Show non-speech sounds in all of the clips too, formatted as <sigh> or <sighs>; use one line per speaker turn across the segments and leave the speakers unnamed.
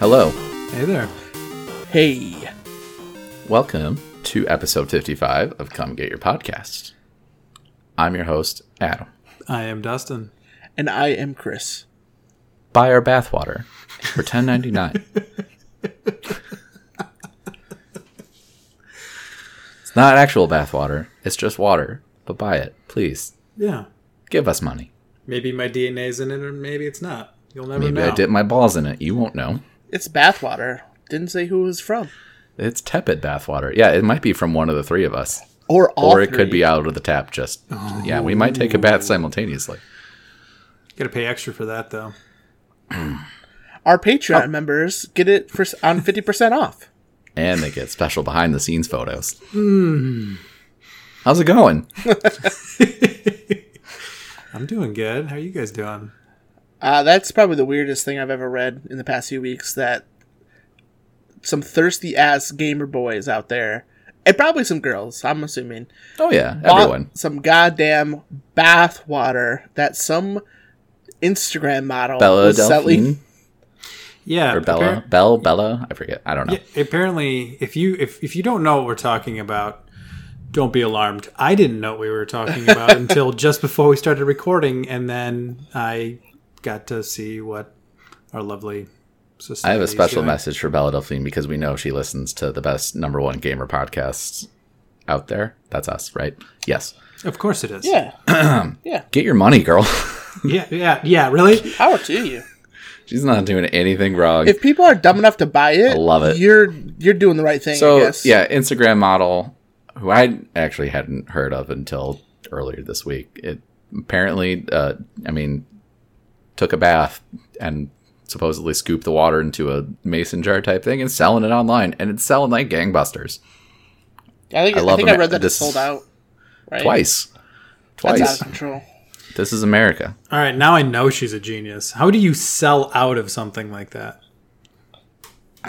Hello.
Hey there.
Hey. Welcome to episode 55 of Come Get Your Podcast. I'm your host, Adam.
I am Dustin.
And I am Chris.
Buy our bathwater for ten ninety nine. it's not actual bathwater, it's just water. But buy it, please.
Yeah.
Give us money.
Maybe my DNA's in it or maybe it's not. You'll never
Maybe
know.
I dip my balls in it. You won't know.
It's bathwater. Didn't say who it was from.
It's tepid bathwater. Yeah, it might be from one of the three of us.
Or all
or it could
three.
be out of the tap just yeah we might take a
Oh.
bath simultaneously
Gotta pay extra for that though.
Our Patreon members get it for s- on 50% off.
and they get special behind the scenes photos how's it going
I'm doing good. How are you guys doing?
Uh, that's probably the weirdest thing I've ever read in the past few weeks that some thirsty ass gamer boys out there, and probably some girls, I'm assuming,
oh yeah
bought
everyone
some goddamn bathwater that some Instagram model
bella
was selling.
delphine
Yeah.
or bella
appar-
bell bella i forget i don't know
yeah, apparently if you if, if you don't know what we're talking about, don't be alarmed. I didn't know what we
<laughs>
were talking about until just before we started recording and then I got to see what our lovely
i have a
society's
special
doing.
message for bella delphine because we know she listens to the best number one gamer podcasts out there that's us right yes
Of course it is.
Yeah.
get your money girl <laughs>
Yeah, yeah, yeah, really?
Power to you.
she's not doing anything wrong
If people are dumb enough to buy it,
I love it.
You're you're doing the right thing. I
So
guess.
yeah, Instagram model who I actually hadn't heard of until earlier this week. It apparently, uh, I mean, took a bath and supposedly scooped the water into a mason jar type thing and selling it online, and it's selling like gangbusters
I think
I
I,
love
think
them.
I read that
This-
it's sold out. Right?
twice.
That's
Twice.
out of control.
This is America.
All right, now I know she's a genius. How do you sell out of something like that?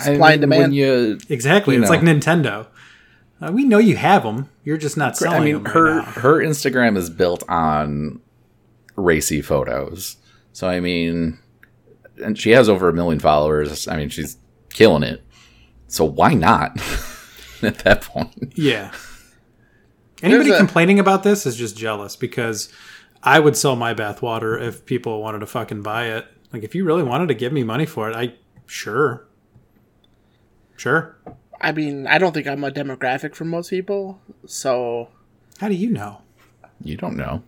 Supply
and demand.
When you
Exactly.
You
it's
know.
like Nintendo. Uh, we know you have them. You're just not selling
I mean,
them
her <laughs>
right now.
her Instagram is built on racy photos. So I mean, and she has over a million followers. I mean, she's killing it. So why not? <laughs> At that point,
Yeah. Anybody
There's a-
complaining about this is just jealous because I would sell my bathwater if people wanted to fucking buy it. Like, if you really wanted to give me money for it, I sure, sure.
I mean, I don't think I'm a demographic for most people. So,
How do you know?
you don't know.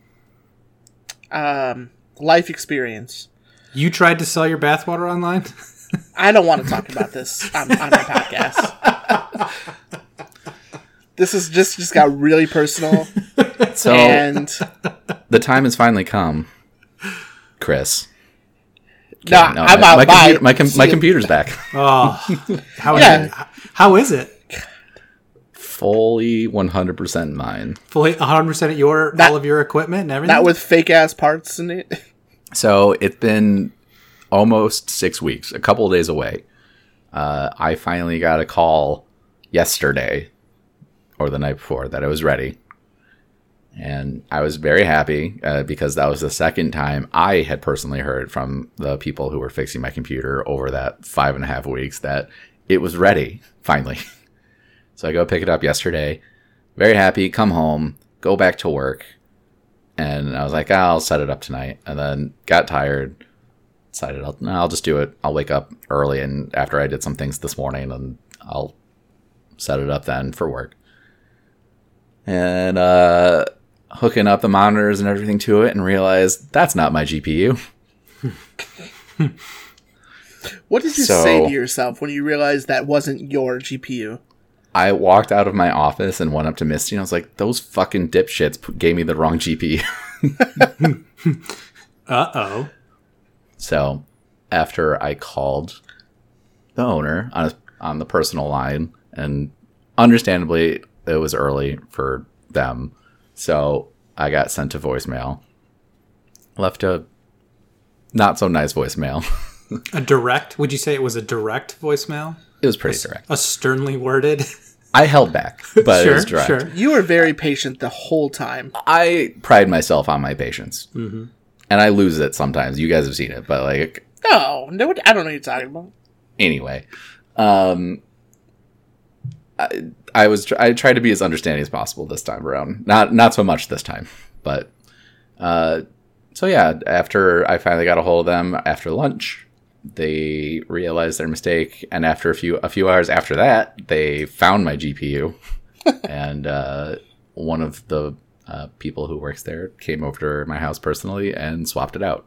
um, life experience.
You tried to sell your bathwater online? <laughs>
I don't want to talk about
<laughs>
this on, on my podcast. This is just just got really personal,
So
and
the time has finally come, Chris.
no,
No,
I'm
my,
out.
my,
Bye.
computer- my, com-
See
my
ya.
computer's back.
oh, how is
Yeah.
it? How is it?
Fully 100% mine.
fully 100% of your
Not-
all of your equipment and everything
not with fake ass parts in it. <laughs>
So it's been almost six weeks, a couple of days away. Uh, I finally got a call yesterday or the night before that I was ready. And I was very happy uh, because that was the second time I had personally heard from the people who were fixing my computer over that five and a half weeks that it was ready finally. <laughs> so I go pick it up yesterday, very happy, come home, go back to work and I was like, "Ah, I'll set it up tonight. And then got tired, decided I'll, no, I'll just do it. I'll wake up early and after I did some things this morning, and I'll set it up then for work. And uh, hooking up the monitors and everything to it, and realized that's not my GPU.
What did you
So-
say to yourself when you realized that wasn't your GPU?
I walked out of my office and went up to Misty, and I was like, "Those fucking dipshits p- gave me the wrong GPU."
uh-oh
So after I called the owner on a, on the personal line, and understandably it was early for them, so I got sent to voicemail. Left a not so nice voicemail. <laughs>
a direct would you say it was a direct voicemail
It was pretty direct.
a sternly worded
I held
<laughs>
back, <laughs> but it
sure
was direct.
sure
You were very patient the whole time.
I pride myself on my patience,
Mm-hmm.
and I lose it sometimes. You guys have seen it, but like
No, no, I don't know what you're talking about.
anyway, um, I, I was tr- I tried to be as understanding as possible this time around. Not not so much this time, but uh, so yeah. After I finally got a hold of them after lunch, they realized their mistake, and after a few a few hours after that, they found my GPU, and uh, one of the uh, people who works there came over to my house personally and swapped it out.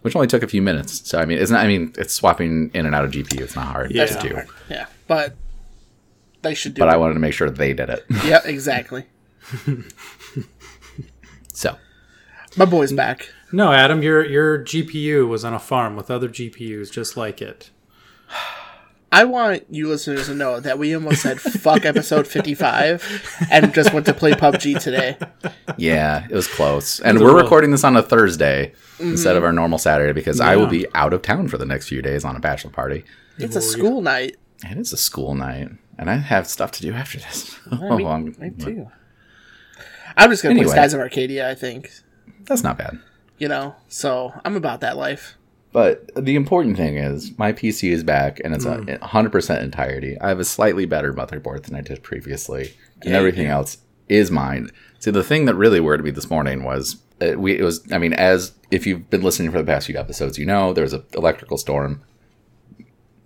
Which only took a few minutes, so I mean, it's not. I mean, it's swapping in and out of GPU. It's not hard
Yeah.
to
That's
do.
not
Alright, Yeah, but they should do
but
it.
I wanted to make sure they did it. <laughs>
yeah, <laughs> exactly.
So
My boy's back.
No, Adam, your your GPU was on a farm with other GPUs just like it.
I want you listeners to know that we almost said fuck episode 55 and just went to play PUBG today.
yeah, it was close. And we're
real-
recording this on a Mm-hmm. Thursday instead of our normal Saturday because I will be out of town for the next few days on a bachelor party.
It's a school night.
And it's a school night. And I have stuff to do after this.
Yeah,
<laughs>
me,
Oh, I'm-
me too. I'm just going to
Anyway.
play Skies of Arcadia, I think.
that's not bad.
You know, so I'm about that life.
But the important thing is my PC is back and it's a 100% entirety. I have a slightly better motherboard than I did previously, and
Yeah,
everything else is mine. See, the thing that really worried me this morning was uh, we it was I mean, as if you've been listening for the past few episodes, you know there was an electrical storm.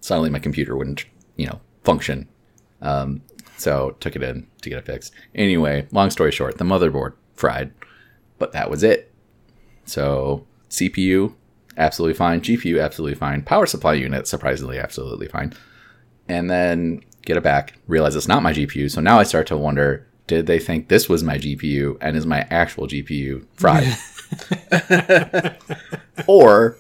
Suddenly, my computer wouldn't you know function. Um, so took it in to get it fixed. Anyway, long story short, the motherboard fried, but that was it. So CPU, absolutely fine. GPU, absolutely fine. Power supply unit, surprisingly, absolutely fine. And then get it back, realize it's not my GPU. So now I start to wonder did they think this was my GPU and is my actual GPU
<laughs>
fried? <laughs> or,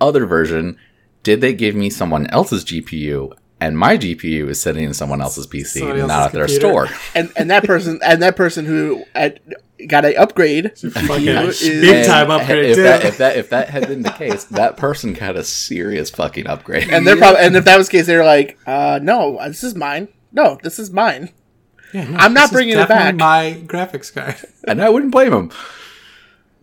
other version, did they give me someone else's GPU and my GPU is sitting in someone else's PC,
Somebody else's
not at their
computer. <laughs>
store?
And and that person and that person who at, got a upgrade GPU
nice.
is
Big
And
time upgrade,
If
too.
that, if that if that had been the case, that person got a serious fucking upgrade.
and they're probably and if that was the case they're like, uh no, this is mine. No, this is mine.
Yeah, no,
I'm not
this is
bringing it
definitely
back.
My graphics card. <laughs>
and I wouldn't blame them.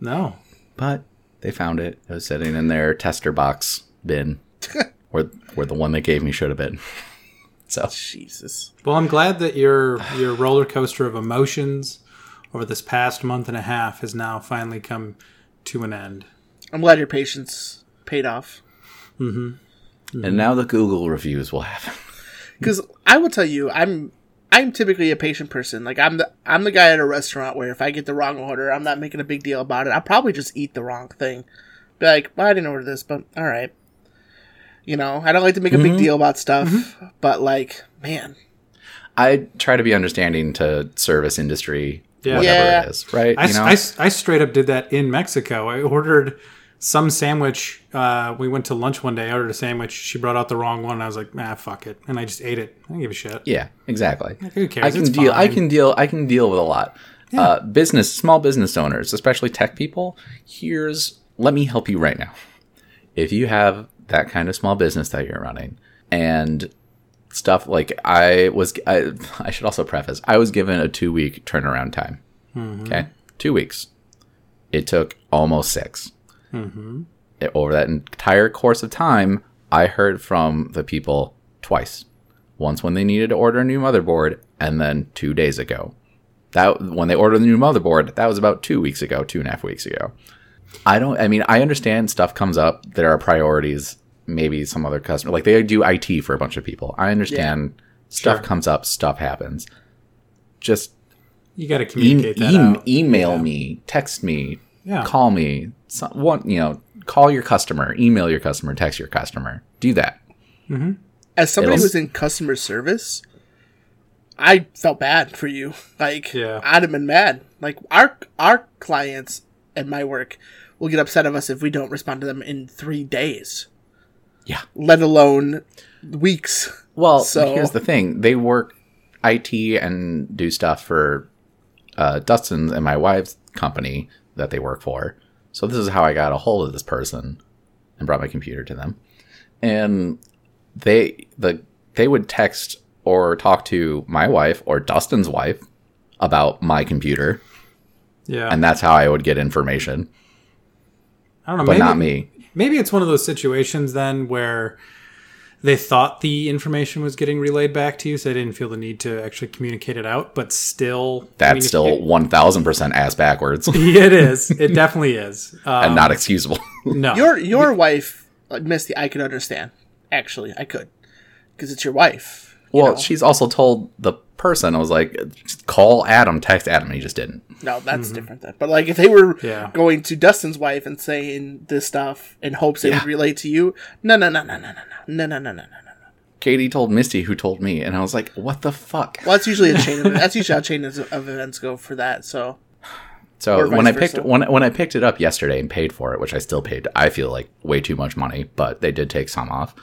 No,
But they found it. It was sitting in their tester box bin, where where the one they gave me should have been. So
Jesus.
Well, I'm glad that your your roller coaster of emotions over this past month and a half has now finally come to an end.
I'm glad your patience paid off.
and now the Google reviews will happen.
because I will tell you, I'm I'm typically a patient person. Like I'm the I'm the guy at a restaurant where if I get the wrong order, I'm not making a big deal about it. I'll probably just eat the wrong thing. Be like, well, I didn't order this, but all right. You know, I don't like to make a big deal about stuff, but like, man,
<laughs> I try to be understanding to service industry,
Yeah.
whatever
Yeah.
it is, right?
I, s- I s- I straight up did that in Mexico. I ordered some sandwich. Uh, we went to lunch one day. I ordered a sandwich. She brought out the wrong one. I was like, ah, fuck it, and I just ate it. I don't give a shit.
yeah, exactly.
Who cares?
I can
It's
deal. I
fine.
can deal. I can deal with a lot. Uh, business, small business owners, especially tech people. Here's let me help you right now. If you have that kind of small business that you're running, and stuff like I was, I, <laughs> I should also preface. I was given a two week turnaround time.
Mm-hmm.
Okay, two weeks. It took almost 6
Mm-hmm.
It- over that entire course of time, I heard from the people twice once when they needed to order a new motherboard, and then two days ago. That when they ordered the new motherboard, that was about two weeks ago, two and a half weeks ago. I don't. I mean, I understand stuff comes up. There are priorities. Maybe some other customer, like they do IT for a bunch of people. I understand stuff comes up, stuff happens. Just
You got to
e-
communicate that
e-
out.
email me, text me,
Yeah.
call me. Some, one, you know, call your customer, email your customer, text your customer. Do that.
as somebody
It'll-
who's in customer service, I felt bad for you. Like
Yeah.
I'd have been mad. Like our our clients and my work will get upset of us if we don't respond to them in three days.
Yeah.
Let alone weeks.
Well,
So-
here's the thing: they work IT and do stuff for uh, Dustin's and my wife's company that they work for. So this is how I got a hold of this person and brought my computer to them, and they the they would text or talk to my wife or Dustin's wife about my computer,
Yeah,
and that's how I would get information,
I don't know.
but
maybe,
not me.
Maybe it's one of those situations then where they thought the information was getting relayed back to you, so they didn't feel the need to actually communicate it out. But still,
That's
<laughs>
still
communicate-
one thousand percent ass backwards
it is. It definitely is.
<laughs>
Um,
and not excusable.
no.
Your your wife, uh, Misty, I could understand. Actually, I could, because it's your wife. you
well,
know?
she's also told the person I was like, "Just call Adam, text Adam, and he just didn't.
no, that's different. Then. But like, if they were
Mm-hmm. Yeah.
going to Dustin's wife and saying this stuff in hopes it would
Yeah.
relate to you, no, no, no, no, no, no, no, no, no, no, no, no.
Katie told Misty, who told me, and I was like, "What the fuck?"
Well, that's usually a chain. Of, that's usually how chain of of events go for that. So
So
Or
when I
vice
picked
versa.
when when I picked it up yesterday and paid for it, which I still paid, I feel like way too much money, but they did take some off.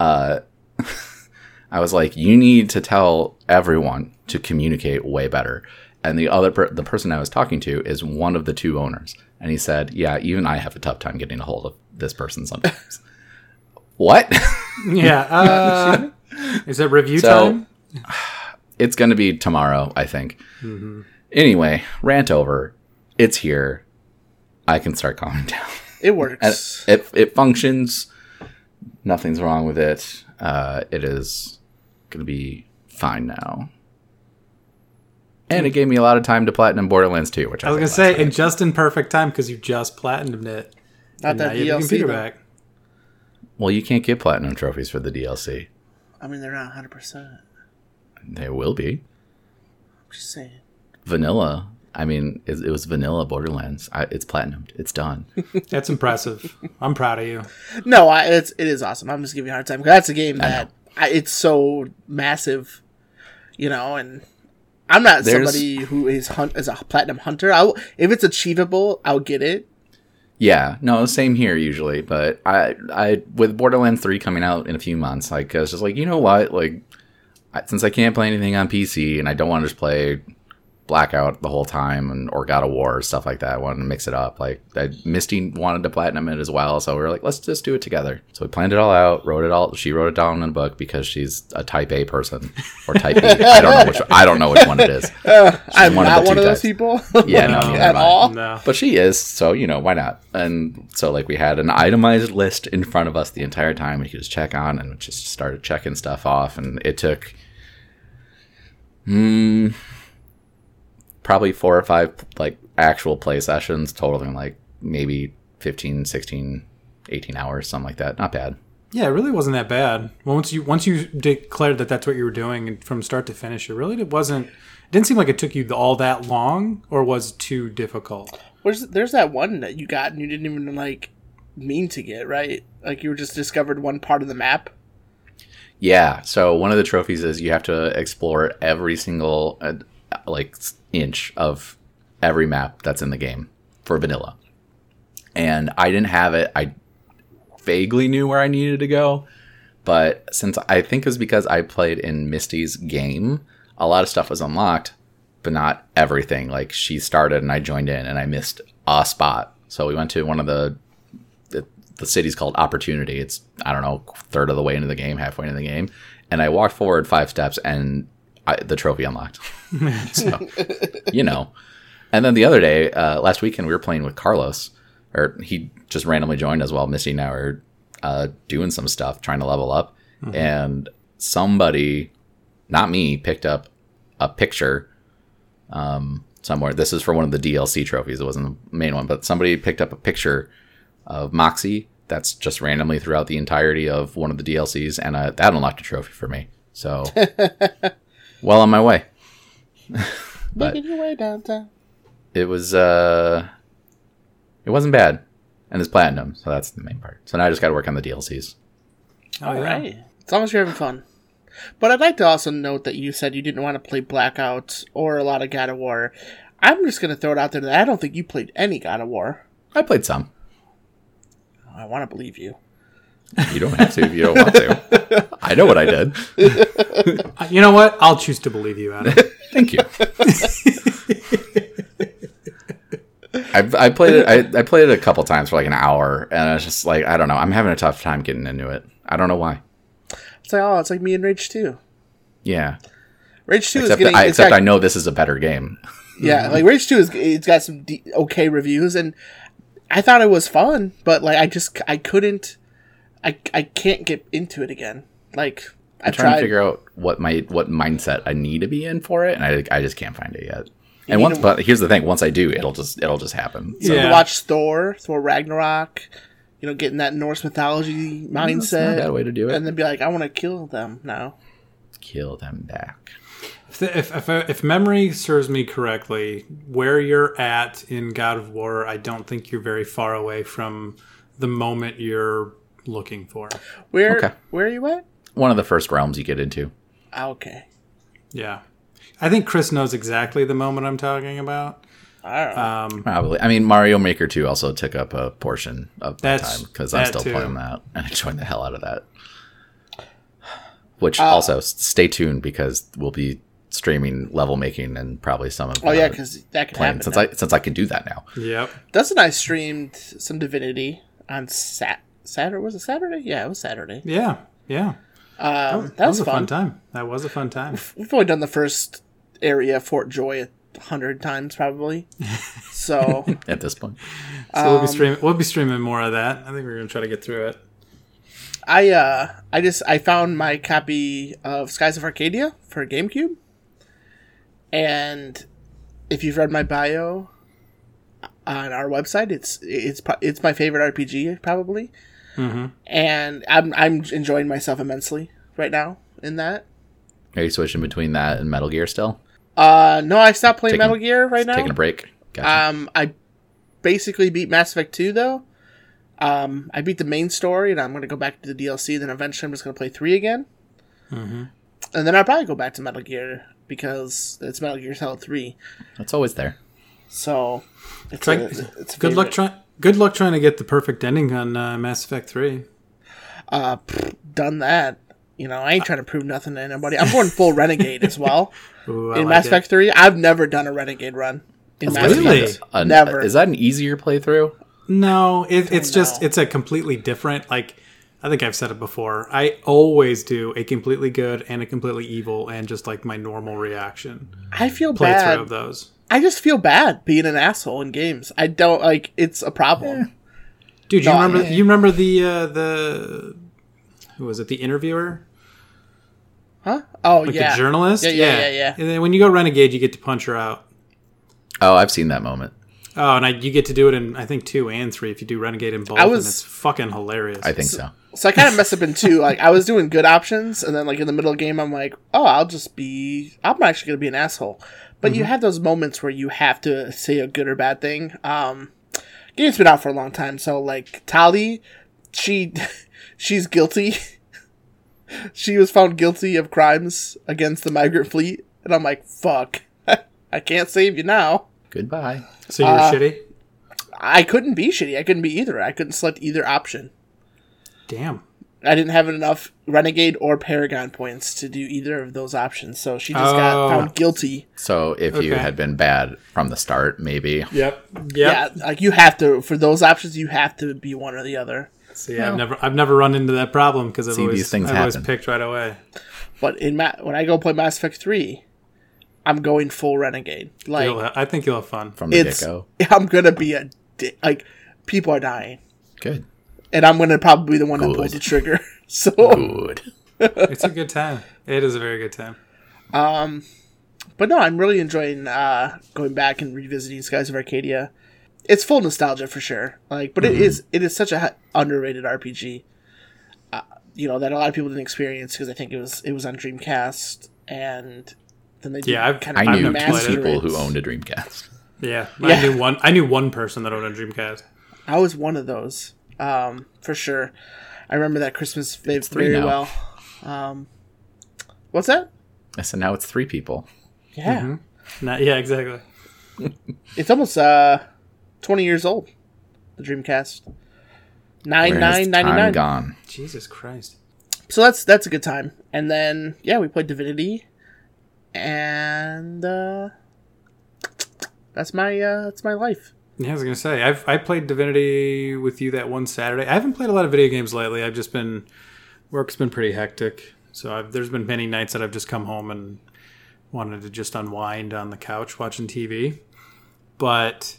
Uh, <laughs> I was like, you need to tell everyone to communicate way better. And the other per- the person I was talking to is one of the two owners, and he said, yeah, even I have a tough time getting a hold of this person sometimes. <laughs> what?
<laughs> Yeah.
<laughs>
Uh, is it review
So-
time?
<sighs> it's going to be tomorrow, I think.
Mm-hmm.
Anyway, rant over. It's here. I can start calming <laughs> down.
it works.
<laughs>
it, it, it functions. Nothing's wrong with it. Uh, it is going to be fine now. And it gave me a lot of time to platinum Borderlands 2, which I,
I was gonna
played
say,
last night.
and just in perfect time because you just platinumed it.
Not
and now
that
you have the
DLC.
computer
though.
back.
well, you can't get platinum trophies for the DLC.
I mean, they're not 100. percent I'm
They will be
just saying.
vanilla. I mean, it, it was vanilla Borderlands. I, it's platinumed. It's done.
That's impressive. I'm proud of you.
No, I, it's it is awesome. I'm just giving you a hard time 'cause that's a game that I, it's so massive, you know. And I'm not
There's-
somebody who is hunt as a platinum hunter. I will if it's achievable, I'll get it.
Yeah, no, same here usually, but I, I with Borderlands three coming out in a few months, like I was just like, you know what, like I, since I can't play anything on PC and I don't want to just play Blackout the whole time and or God of War or stuff like that, I wanted to mix it up. Like I, Misty wanted to platinum it as well, so we were like, let's just do it together. So we planned it all out, wrote it all. She wrote it down in a book because she's a Type A person or Type B. I don't know which I don't know which one it is.
I'm
one of
not
the
one
two
of those
types.
people
<laughs> Yeah, no,
No. <laughs>
neither
at
am I.
all.
Um, No.
But she is, so you know, why not? And so like we had an itemized list in front of us the entire time we could just check on and just started checking stuff off and it took mm, probably four or five like actual play sessions totaling like maybe 15, 16, 18 hours, something like that. Not bad.
Yeah, it really wasn't that bad. Once you once you declared that that's what you were doing and from start to finish, it really it wasn't. It didn't seem like it took you all that long, or was too difficult.
Where's there's that one that you got and you didn't even like mean to get right. Like you were just discovered one part of the map.
Yeah. So one of the trophies is you have to explore every single uh, like s- inch of every map that's in the game for vanilla. And I didn't have it. I vaguely knew where I needed to go, but since I think it was because I played in Misty's game, a lot of stuff was unlocked, but not everything. Like she started and I joined in and I missed a spot. So we went to one of the the, the city's called Opportunity. It's I don't know third of the way into the game, halfway into the game, and I walked forward five steps and I, the trophy unlocked. <laughs> so, you know. And then the other day, uh, last weekend, we were playing with Carlos, or he just randomly joined us while Misty and I were uh, doing some stuff, trying to level up, and somebody, not me, picked up a picture um, somewhere. This is for one of the DLC trophies. It wasn't the main one, but somebody picked up a picture of Moxie. That's just randomly throughout the entirety of one of the DLCs, and uh, that unlocked a trophy for me. So, well on my way. But-
Making your way downtown.
It was uh, it wasn't bad, and it's platinum, so that's the main part. So now I just got to work on the DLCs.
Oh,
All
yeah.
right. As long as you're having fun. But I'd like to also note that you said you didn't want to play Blackout or a lot of God of War. I'm just going to throw it out there that I don't think you played any God of War.
I played some.
I want to believe you.
You don't have to if you don't want to. I know what I did.
Uh, You know what? I'll choose to believe you, Adam.
Thank you. <laughs> I, I played it. I, I played it a couple times for like an hour, and I was just like, I don't know. I'm having a tough time getting into it. I don't know why.
It's like, oh, it's like me and Rage 2.
Yeah.
Rage 2 is
Except,
getting.
that, I,
it's
except
got-
I know this is a better game.
Yeah, like Rage 2 is. It's got some de- okay reviews, and I thought it was fun, but like I just. I couldn't. I I can't get into it again. Like I
I'm trying to
tried.
figure out what my what mindset I need to be in for it, and I, I just can't find it yet. And
need
once,
to-
but here's the thing: once I do, it'll just it'll just happen. So
Yeah.
to watch Thor, Thor Ragnarok, you know, getting that Norse mythology
that's not a bad
mindset,
way to do it.
and then be like, I want to kill them now.
Kill them back.
If, if, if, if memory serves me correctly, where you're at in God of War, I don't think you're very far away from the moment you're looking for.
Where
Okay.
where are you at?
One of the first realms you get into.
Ah, okay,
Yeah. I think Chris knows exactly the moment I'm talking about.
I don't know.
Um,
Probably. I mean, Mario Maker 2 also took up a portion of my
That's-
time because I'm
that
still
too.
playing that and enjoying the hell out of that. Which
Uh,
also, s- stay tuned because we'll be streaming level making and probably some of
oh
the
yeah, because that could
playing
happen.
since
now.
I since I can do that now.
yep.
Dustin and I streamed some Divinity on Sat Saturday. Was it Saturday? Yeah, it was Saturday.
Yeah. Yeah.
Um, that,
That
was,
was a
fun.
fun. time. That was a fun
<laughs>
time.
We've only done the first area Fort Joy a hundred
<laughs>
times probably. So
At this point,
So
Um,
we'll be streaming. We'll be streaming more of that. I think we're gonna try to get through it.
I uh I just I found my copy of Skies of Arcadia for GameCube. And if you've read my bio on our website, it's it's pro- it's my favorite RPG probably.
Mm-hmm.
And I'm I'm enjoying myself immensely right now in that.
are you switching between that and Metal Gear still?
Uh no, I stopped playing
Taking-
Metal Gear right now.
Taking a break. Gotcha.
Um, I basically beat Mass Effect 2, though. Um, I beat the main story, and I'm going to go back to the DLC. Then eventually, I'm just going to play 3 again.
Mm-hmm.
And then I'll probably go back to Metal Gear because it's Metal Gear Solid 3.
it's always there.
So it's,
Try-
a, it's a
good luck
favorite.
trying. Good luck trying to get the perfect ending on uh, Mass Effect Three.
uh, pfft, done that. You know, I ain't trying to prove nothing to anybody. I'm going
<laughs>
full renegade as well
Ooh, I
in
like
Mass
it.
Effect 3. I've never done a renegade run. In Mass Effect.
Really?
An-
Never.
Is that an easier playthrough?
No, it, it's just
know.
it's a completely different. Like I think I've said it before. I always do a completely good and a completely evil, and just like my normal reaction
I feel
playthrough
bad.
of those.
I just feel bad being an asshole in games. I don't like it's a problem.
Dude, you
No,
remember?
I-
You remember the uh, the who was it? The interviewer.
Huh? Oh
Like
yeah.
the journalist?
Yeah, yeah, yeah, yeah.
And then when you go renegade, you get to punch her out.
Oh, I've seen that moment.
Oh, and I, you get to do it in I think two and three if you do renegade in both.
I
I
was-
and it's fucking hilarious.
I think so.
So I kind of messed up in two. Like I was doing good options, and then like in the middle of the game, I'm like, oh, I'll just be. I'm actually gonna be an asshole. But you have those moments where you have to say a good or bad thing. Um, game's been out for a long time, so like Tali, she, <laughs> she's guilty. <laughs> she was found guilty of crimes against the migrant fleet, and I'm like, fuck, <laughs> I can't save you now.
Goodbye.
So you're
uh,
shitty.
I couldn't be shitty. I couldn't be either. I couldn't select either option.
Damn.
I didn't have enough renegade or paragon points to do either of those options, so she just
Oh.
got found guilty.
So if you
Okay.
had been bad from the start, maybe
Yep. Yep.
Yeah, like you have to for those options, you have to be one or the other.
See, I've never I've never run into that problem because I've
See,
always
these things
I've always
happen.
picked right away.
But in Ma- when I go play Mass Effect three, I'm going full renegade. Like
You'll ha- I think you'll have fun.
from the
it's,
get go.
<laughs> I'm gonna be a di- like people are dying,
Good.
and I'm gonna probably be the one that pulls
Good.
the trigger. <laughs> So
Good.
It's a good time. It is a very good time.
But no, I'm really enjoying uh, going back and revisiting Skies of Arcadia. It's full nostalgia for sure. Like, but it is it is such a h- underrated RPG. Uh, you know that a lot of people didn't experience because I think it was it was on Dreamcast and then they did
Yeah, I've-
kind
I
I've
knew
never played
two
it.
people who owned a Dreamcast.
Yeah.
Yeah.
I knew one I knew one person that owned a Dreamcast.
I was one of those um, for sure. I remember that Christmas very,
three
very
now.
well. Um, what's that?
I said, now it's three people.
Yeah,
Mm-hmm. Not, yeah, exactly.
it's almost uh, twenty years old. The Dreamcast nine
Where has
nine ninety
time
nine.
gone.
Jesus Christ.
so that's that's a good time. And then yeah, we played Divinity, and uh, that's my uh, that's my life.
Yeah, I was gonna say I've I played Divinity with you that one Saturday. I haven't played a lot of video games lately. I've just been work's been pretty hectic, so I've, there's been many nights that I've just come home and wanted to just unwind on the couch watching TV. But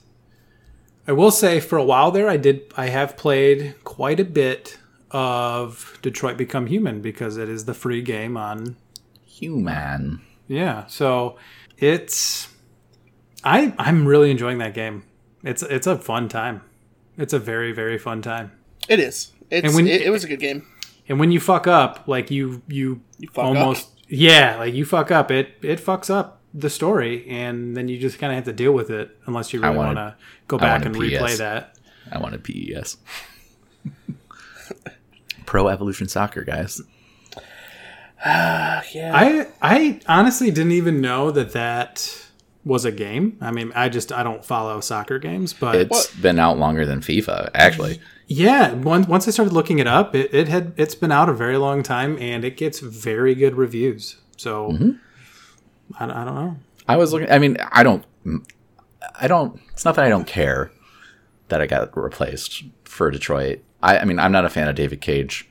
I will say, for a while there, I did I have played quite a bit of Detroit Become Human because it is the free game on
Human.
yeah. So it's I I'm really enjoying that game. It's it's a fun time. It's a very very fun time.
It is. It's,
And when-
it, it was a good game.
And when you fuck up, like you you,
You fuck
almost yeah, like you fuck up, it it fucks up the story, and then you just kind of have to deal with it unless you really
wanted-
want to go back
wanted
and
PS.
replay that.
I want a
<laughs>
PES. Pro Evolution Soccer, guys.
Ah, yeah.
I I honestly didn't even know that that was a game. I mean, I just I don't follow soccer games, but
It's been out longer than FIFA, actually.
yeah, once once I started looking it up, it, it had it's been out a very long time, and it gets very good reviews. So
Mm-hmm.
I, don't- I don't know.
I was looking. I mean, I don't. I don't. It's not that I don't care that I got replaced for Detroit. I, I mean, I'm not a fan of David Cage,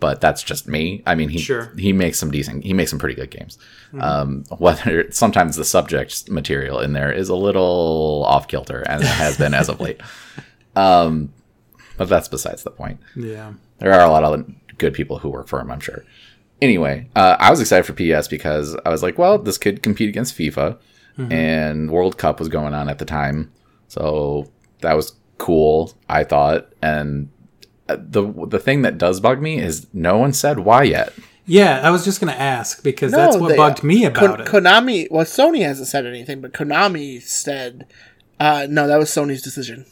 but that's just me. I mean, he
Sure.
he makes some decent. He makes some pretty good games. Um, whether <laughs> sometimes the subject material in there is a little off kilter, and it has been as of late. Um, but that's besides the point.
Yeah,
There are a lot of good people who work for him, I'm sure. Anyway, uh, I was excited for PS because I was like, well, this could compete against FIFA,
Mm-hmm.
and World Cup was going on at the time, so that was cool. I thought, and uh, the the thing that does bug me is no one said why yet.
yeah. I was just gonna ask because that's what
Oh, they- uh,
bugged
uh,
me about
Kon-
it.
Konami. Well, Sony hasn't said anything, but Konami said, uh, "No, that was Sony's decision."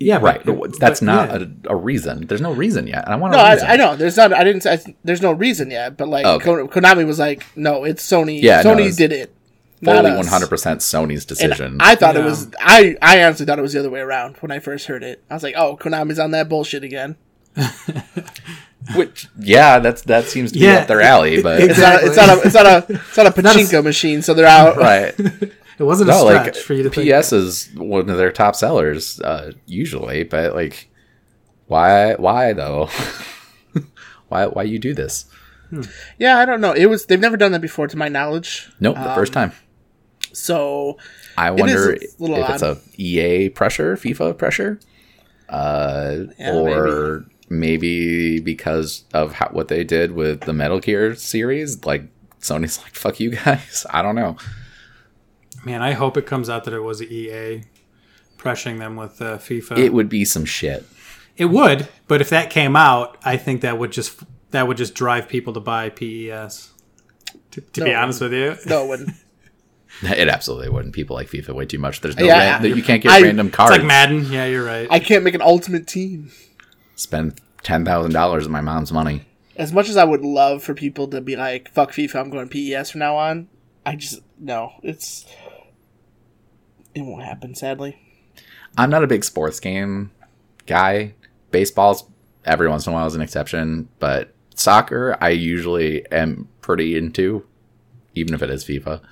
yeah,
Right,
but-
that's
but
not
yeah.
a, a reason. There's no reason yet, and I want
No,
a reason.
I, I know. There's not. I didn't. I, there's no reason yet. But like,
Okay.
Kon- Konami was like, "No, it's Sony.
Yeah, no,
Sony
it's
did it. Not
Fully
us."
100% Sony's
And
decision.
I thought it
Yeah.
was. I I honestly thought it was the other way around when I first heard it. I was like, "Oh, Konami's on that bullshit again."
Which, yeah, that's that seems to
Yeah,
be up their alley, but
It's not. A, it's not a. It's not a.
<laughs>
It's not a
not a
pachinko machine. So they're
<laughs>
out.
right.
It wasn't a
no, like
stretch for you to
PS
think.
is one of their top sellers uh, usually, but like, why? Why though? <laughs> why? Why you do this?
Yeah, I don't know. It was. They've never done that before, to my knowledge.
Nope, the first time.
So
I
is
wonder
a little
if it's a EA pressure, FIFA pressure, uh,
Yeah,
or maybe. because of how, what they did with the Metal Gear series. Like Sony's <laughs> like, "Fuck you guys." I don't know.
Man, I hope it comes out that it was EA pressuring them with uh, FIFA.
It would be some shit. <laughs>
It would, but if that came out, I think that would just that would just drive people to buy PES. To, to be
No.
honest with you, <laughs>
<laughs>
no one.
It absolutely wouldn't. People like FIFA way too much. There's no
Yeah,
ran-
I-
you can't get
I-
random
it's
cards.
like Madden. Yeah, you're right.
I can't make an ultimate team.
spend ten thousand dollars of my mom's money.
as much as I would love for people to be like, fuck FIFA, I'm going PES from now on, I just, no, it's, it won't happen, sadly.
I'm not a big sports game guy. Baseball's every once in a while is an exception, but soccer I usually am pretty into, even if it is FIFA.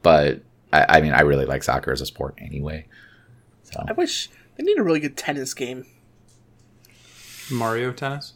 But I, I mean, I really like soccer as a sport anyway. So
I wish they need a really good tennis game.
Mario Tennis.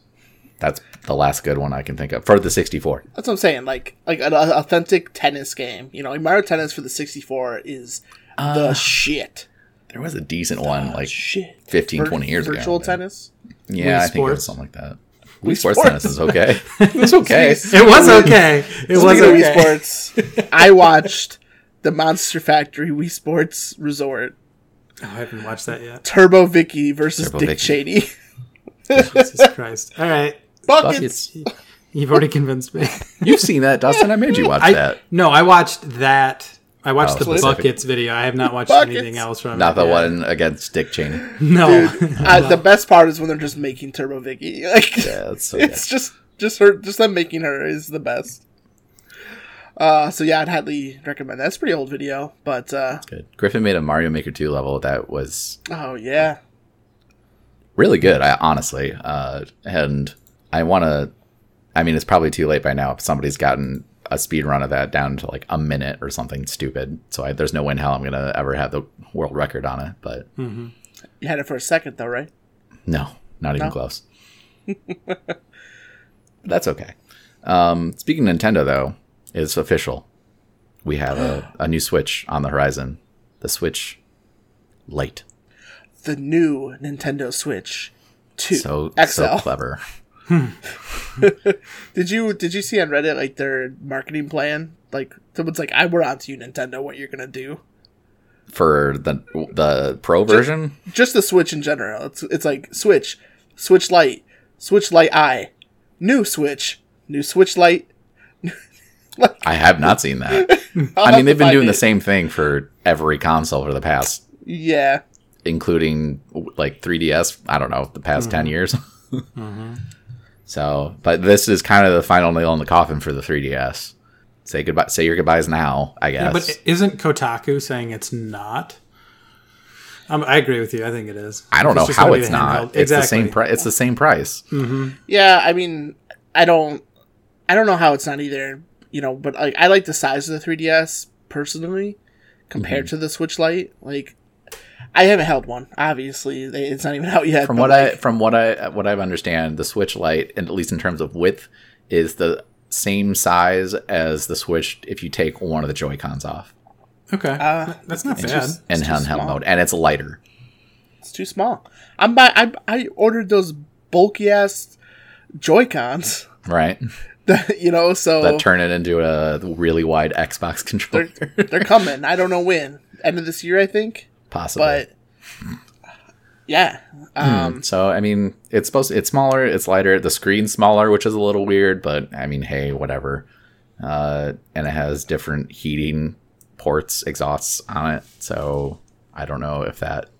that's the last good one I can think of for the 64.
That's what I'm saying. Like, like an au- authentic tennis game. You know, like Mario Tennis for the 64 is
Ah.
the shit.
There was a decent one like
Shit.
15,
Vir-
20 years ago.
Virtual
but-
tennis?
Yeah,
Wii
I think it was
Sports.
something like that. Wii Sports,
Sports.
tennis is okay. it's okay.
It was <laughs> okay. It was
Speaking of Wii
okay.
Sports,
<laughs>
I watched the Monster Factory Wii Sports Resort.
Oh, I haven't watched that yet.
Turbo Vicky versus
Turbo
Dick
Vicky.
Cheney.
<laughs>
<laughs>
Jesus Christ! All right,
Buckets.
Buckets.
you've already convinced me.
You've seen that, Dustin. I made you watch
<laughs> I
that.
no, I watched that. I watched
Oh,
the
specific.
buckets video. I have not watched
Buckets.
anything else from
Not
it
the
yet.
one against Dick Cheney.
No,
Uh, the best part is when they're just making Turbo Vicky. <laughs> Like
Uh-huh. Yeah, that's so
it's just just her just them making her is the best. Uh, so yeah, I'd highly recommend. That's a pretty old video, but uh,
good. Griffin made a Mario Maker 2 level that was
oh yeah,
really good, I honestly. Uh, and I want to. I mean, it's probably too late by now if somebody's gotten a speed run of that down to like a minute or something stupid. So I, there's no way in hell I'm going to ever have the world record on it. But
you had it for a second though, right?
No, not even
No?
close. <laughs> That's okay. Um, speaking of Nintendo, though, it's official. We have a, a new Switch on the horizon. The Switch Lite.
The new Nintendo Switch two
So so
XL.
clever.
<laughs> Did you did you see on Reddit like their marketing plan? Like someone's like, "I we're on to you, Nintendo. What you're gonna do?"
For the the pro version,
Just the Switch in general. It's it's like Switch, Switch Lite, Switch Lite I, new Switch, new Switch Lite.
I have not seen
<laughs>
that.
I'll
I
have
mean, they've been
to find
doing the
it.
same thing for every console for the past,
Yeah,
including like 3DS. I don't know the past
Mm-hmm.
ten years. <laughs> So, but this is kind of the final nail in the coffin for the 3DS. Say goodbye. Say your goodbyes now. I guess.
Yeah, <laughs> but isn't Kotaku saying it's not? Um, I agree with you. I think it is.
I don't know
just
how
gonna be
it's
the
not.
handheld.
It's the same price. It's the same price.
yeah. I mean, I don't, I don't know how it's not either. You know, but like I like the size of the 3DS personally
Mm-hmm.
compared to the Switch Lite. Like, I haven't held one. Obviously, They- it's not even <laughs> out yet.
From
but,
what
like,
I from what I what I've understand, the Switch Lite, and at least in terms of width, is the same size as the Switch if you take one of the Joy Cons off
Okay,
Uh,
that's not
and
bad.
in
too
handheld
small.
mode, and it's lighter.
It's too small. I'm buy- I I ordered those bulky ass Joy <laughs> Cons.
Right,
you know, so
that turn it into a really wide Xbox controller,
<laughs> they're they're coming. I don't know when. End of this year, I think.
possibly.
But
<laughs>
yeah,
Hmm.
um,
so I mean, it's supposed it's smaller, it's lighter, the screen's smaller, which is a little weird, but I mean, hey, whatever. Uh, and it has different heating ports, exhausts on it, so I don't know if that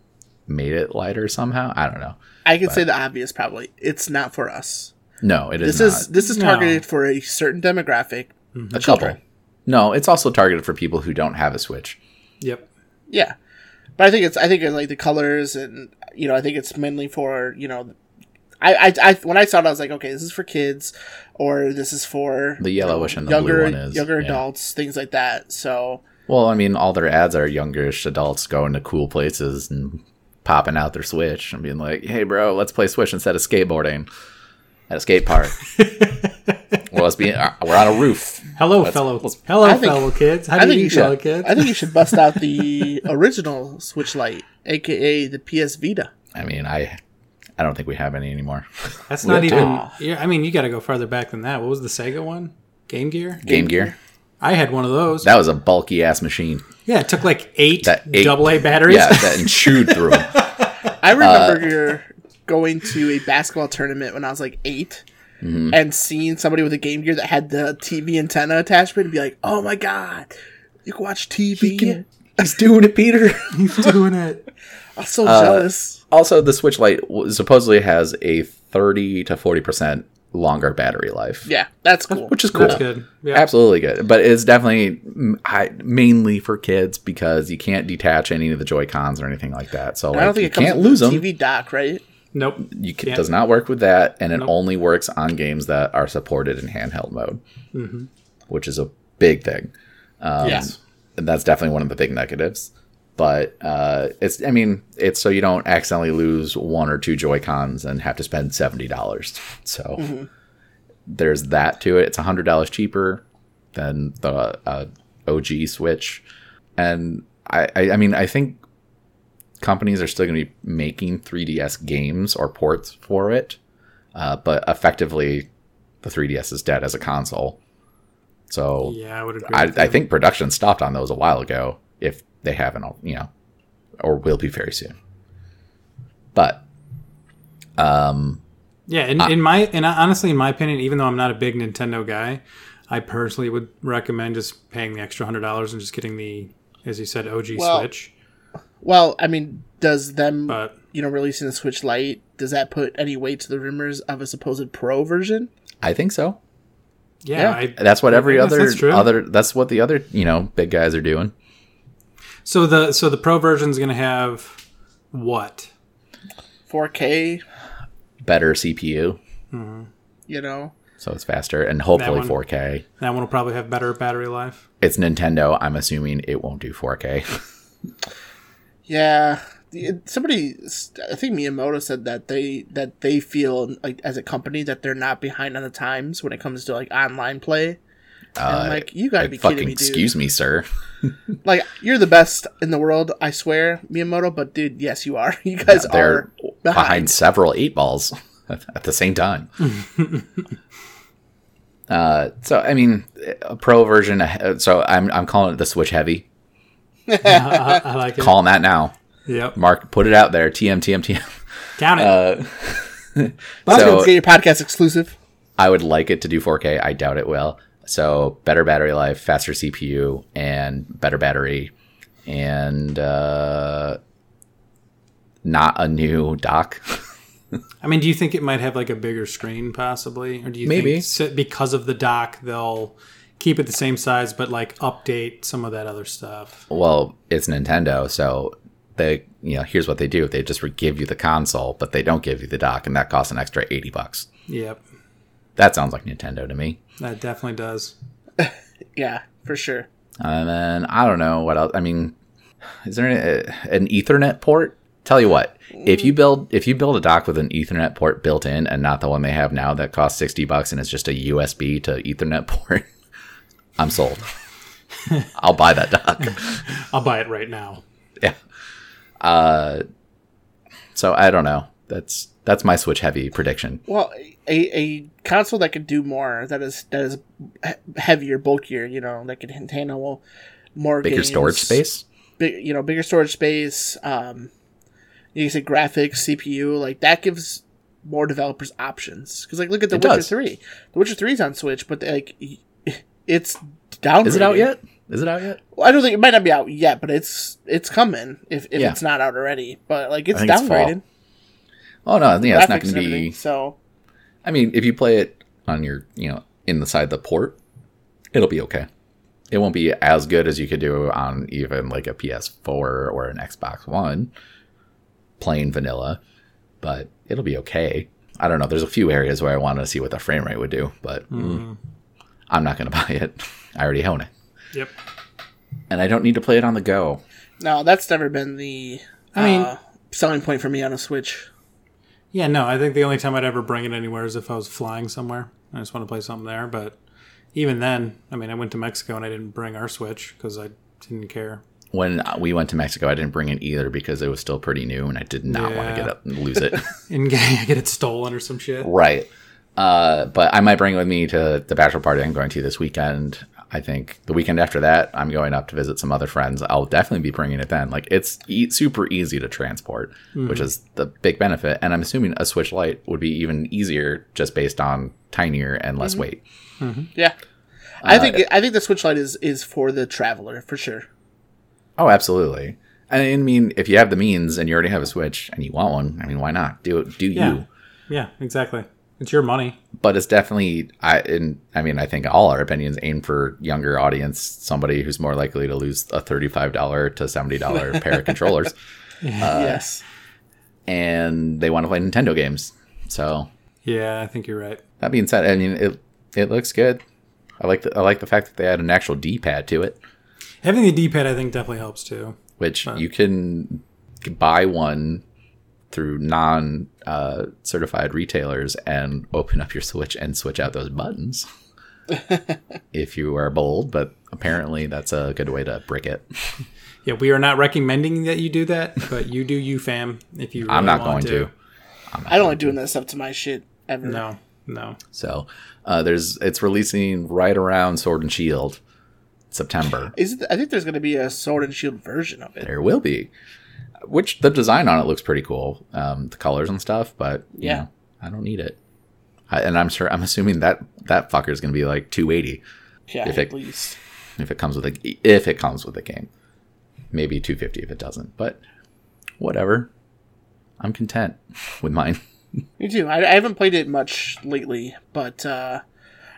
made it lighter somehow. I don't know.
I can say the obvious. Probably, it's not for us.
No, it is
This is
not.
this is
No.
targeted for a certain demographic.
a
children.
couple. No, it's also targeted for people who don't have a Switch.
Yep.
Yeah, but I think it's I think it's like the colors and you know I think it's mainly for you know. I, I, I when I saw it, I was like, okay, this is for kids, or this is for
The yellowish and the
younger
blue one is
younger
yeah.
adults, things like that. So
Well, I mean, all their ads are youngerish adults going to cool places and popping out their Switch and being like, "Hey, bro, let's play Switch instead of skateboarding at a skate <laughs> park." well, let's be. uh, We're on a roof.
Hello,
Let's-
fellow,
let's-
hello,
I think-
fellow kids. How
I
do
think
you,
you
do, fellow
should.
kids?
I think you should bust out the
<laughs>
original Switch Lite, aka the PS Vita.
I mean, I, I don't think we have any anymore.
that's not
we
even.
do.
Yeah, I mean, you got to go farther back than that. What was the Sega one? Game Gear.
Game Gear.
I had one of those.
That was a bulky ass machine.
yeah, it took like eight
That eight-
double A
<laughs>
batteries. <laughs>
Yeah, that and chewed through 'em.
I
Uh,
remember going to a basketball tournament when I was like 8
Mm-hmm.
and seeing somebody with a Game Gear that had the TV antenna attachment and be like, "Oh my god, you can watch TV."
He's doing it, Peter.
He's doing it.
I'm so
Uh,
jealous.
also, the Switch Lite w- supposedly has a thirty to forty percent longer battery life.
Yeah, that's cool.
which is cool.
That's good. Yeah.
Absolutely good, but it's definitely mm, I, mainly for kids because you can't detach any of the Joy Cons or anything like that. So
I don't
like,
think
you
it comes
can't
with
lose
the
them.
TV dock, right?
Nope.
You can,
Yeah.
does not work with that, and it only works on games that are supported in handheld mode,
Mm-hmm.
which is a big thing. Um,
yes.
And that's definitely one of the big negatives. But uh, it's I mean it's so you don't accidentally lose one or two Joy Cons and have to spend seventy dollars. So there's that to it. It's hundred dollars cheaper than the uh, OG Switch, and I, I I mean I think companies are still going to be making 3DS games or ports for it, uh, but effectively the 3DS is dead as a console. So
Yeah, I would agree.
I,
with
I
you.
think production stopped on those a while ago, if they haven't, you know, or will be very soon. But, um,
Yeah, in, in my and honestly, in my opinion, even though I'm not a big Nintendo guy, I personally would recommend just paying the extra hundred dollars and just getting the, as you said, OG
Well-
Switch.
Well, I mean, does them
But
you know releasing the Switch Lite does that put any weight to the rumors of a supposed Pro version?
I think so.
yeah,
Yeah.
I,
That's what every
Yes,
other
that's true.
other that's what the other you know big guys are doing.
so the so the pro version's gonna have what?
4K,
Better CPU,
you know.
so it's faster and hopefully
one.
4K.
That one will probably have better battery life.
It's Nintendo. I'm assuming it won't do 4K.
Yeah, The- somebody, I think Miyamoto said that they that they feel like as a company that they're not behind on the times when it comes to like online play. And I'm like, you gotta
Like,
be
Uh, fucking
kidding me, dude!
excuse me, sir.
Like, you're the best in the world, I swear, Miyamoto. But dude, yes, you are. <laughs> You guys
They're
are.
behind, several eight balls <laughs> at the same time. uh, so I mean, a pro version. uh, So I'm I'm calling it the Switch Heavy.
I, I
<laughs>
like it.
Calling that now,
Yep.
Mark. Put it out there. TM TM TM.
Down it.
Uh,
Bob's
So-
gonna get your podcast exclusive.
<laughs> I would like it to do 4K. I doubt it will. So better battery life, faster CPU, and better battery, and uh, not a new dock. <laughs>
I mean, do you think it might have like a bigger screen possibly, or do you
Maybe.
think si- because of the dock they'll keep it the same size but like update some of that other stuff?
well, it's Nintendo, so they you know here's what they do: they just re- give you the console, but they don't give you the dock, and that costs an extra eighty bucks.
Yep,
That sounds like Nintendo to me.
that definitely does.
Yeah, for sure.
And then I don't know what else. I mean, is there an, an Ethernet port? Tell you what, if you build if you build a dock with an Ethernet port built in and not the one they have now that costs sixty bucks and it's just a USB to Ethernet <laughs> port, I'm sold. I'll buy that dock.
I'll buy it right now.
yeah. Uh, so I don't know. That's that's my Switch heavy prediction.
Well, a, a console that could do more, that is that is he- heavier, bulkier, you know, that could handle more
Bigger
games,
storage space.
big, you know, bigger storage space. Um, you said graphics, CPU, like that gives more developers options. Because like, look at The
It
Witcher
does.
Three. The Witcher Three is on Switch, but like, y- it's down.
Is it out yet? Is it out yet?
Well, I don't think it might not be out yet, but it's it's coming if, if
Yeah.
it's not out already. But like, it's
think it's fall.
downgraded.
Oh no, yeah, it's not going
graphics and
to
everything,
be.
so.
I mean, if you play it on your, you know, inside the port, it'll be okay. It won't be as good as you could do on even like a PS4 or an Xbox One, plain vanilla, but it'll be okay. I don't know. There's a few areas where I want to see what the frame rate would do, but mm, I'm not going to <laughs> buy it. I already own it.
Yep.
And I don't need to play it on the go.
No, that's never been the
I mean-
uh, selling point for me on a Switch.
Yeah, no, I think the only time I'd ever bring it anywhere is if I was flying somewhere. I just want to play something there, but even then, I mean, I went to Mexico and I didn't bring our Switch because I didn't care.
When we went to Mexico, I didn't bring it either because it was still pretty new and I did not want
Yeah.
to get up and lose it.
<laughs> And get, get it stolen or some shit.
Right. Uh, but I might bring it with me to the bachelor party I'm going to this weekend. I think the weekend after that, I'm going up to visit some other friends. I'll definitely be bringing it then. Like it's e- super easy to transport, which is the big benefit. And I'm assuming a Switch Lite would be even easier just based on tinier and less weight.
Yeah,
Uh,
I think I think the Switch Lite is is for the traveler for sure.
Oh, absolutely. And I mean, if you have the means and you already have a Switch and you want one, I mean, why not? Do do
Yeah.
you?
Yeah, exactly. It's your money.
but it's definitely I and I mean I think all our opinions aim for younger audience, somebody who's more likely to lose a thirty five dollar to seventy dollar pair of controllers, uh,
yes,
and they want to play Nintendo games. So
Yeah, I think you're right.
that being said, I mean it it looks good. I like the, I like the fact that they add an actual D pad to it,
Having the D-pad, I think, definitely helps too.
which you can buy one through non uh, certified retailers and open up your Switch and switch out those buttons. if you are bold, but apparently that's a good way to break it.
Yeah, we are not recommending that you
<laughs>
do that, but you do you, fam. If you, really
I'm not going
want
to.
I don't like doing that stuff to my shit ever.
No, no.
So uh, there's it's releasing right around Sword and Shield, September.
Is it, I think there's going to be a Sword and Shield version of it.
There will be, which the design on it looks pretty cool, um, the colors and stuff. But you
Yeah.
know, I don't need it. I, and I'm sure I'm assuming that that fucker is going to be like 280
Yeah,
If
at
it-
least.
if it comes with a if it comes with a game, maybe 250 if it doesn't. But whatever, I'm content with mine.
Me too. I, I haven't played it much lately, but uh,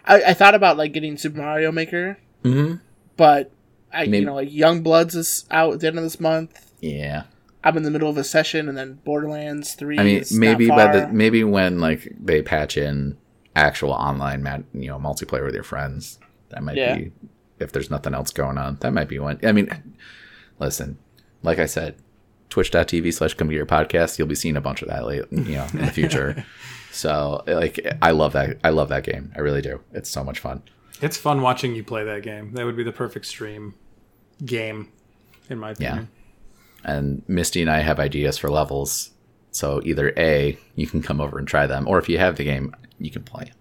I, I thought about like getting Super Mario Maker,
Mm-hmm.
but I
Maybe-
you know like Young Bloods is out at the end of this month.
Yeah.
I'm in the middle of a session, and then Borderlands Three.
I mean,
is not
maybe by the
far.
maybe when like they patch in actual online, mat, you know, multiplayer with your friends, that might
Yeah.
be if there's nothing else going on. That might be one. I mean, listen, like I said, twitch.tv slash computer podcast. You'll be seeing a bunch of that late, you know, in the
<laughs>
future. so like, I love that. I love that game. I really do. It's so much fun.
It's fun watching you play that game. That would be the perfect stream game, in my
Yeah.
opinion.
And Misty and I have ideas for levels So either A, you can come over and try them, or if you have the game, you can play.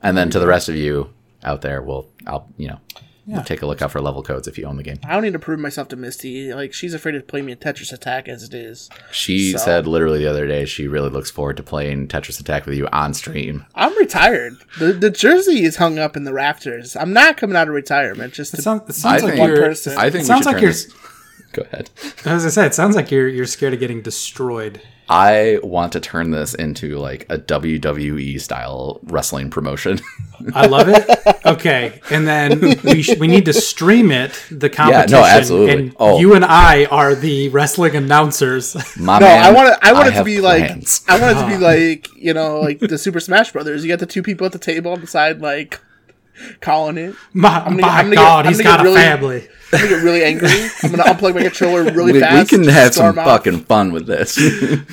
And then to the rest of you out there, we'll I'll you know
Yeah.
take a look out for level codes if you own the game.
I don't need to prove myself to Misty. Like she's afraid to play me in Tetris Attack as it is.
She
So-
said literally the other day she really looks forward to playing Tetris Attack with you on stream.
I'm retired. The the jersey is hung up in the rafters. I'm not coming out of retirement just
It
to
sounds, it
I
sounds like
think-
you're.
person.
I think we
Sounds
should
like
turn
you're-
this- <laughs> Go ahead.
As I said, it sounds like you're you're scared of getting destroyed.
I want to turn this into like a WWE style wrestling promotion. <laughs>
I love
<laughs>
it. Okay, and then we sh- we need to stream it. The
no,
competition.
absolutely.
And
Oh.
you and I are the wrestling announcers. <laughs>
My
No,
man,
I want to. I want it to
have
be
plans.
like. I want it to be like you know, like the Super Smash Brothers. You got the two people at the table on the side, like calling it.
My,
gonna-
my
I'm gonna get-
God,
I'm
he's
gonna get
got a
really-
family.
I'm gonna get really angry. I'm gonna unplug my controller really
we, we
fast.
can have some
storm out.
fucking fun with
<laughs>
this.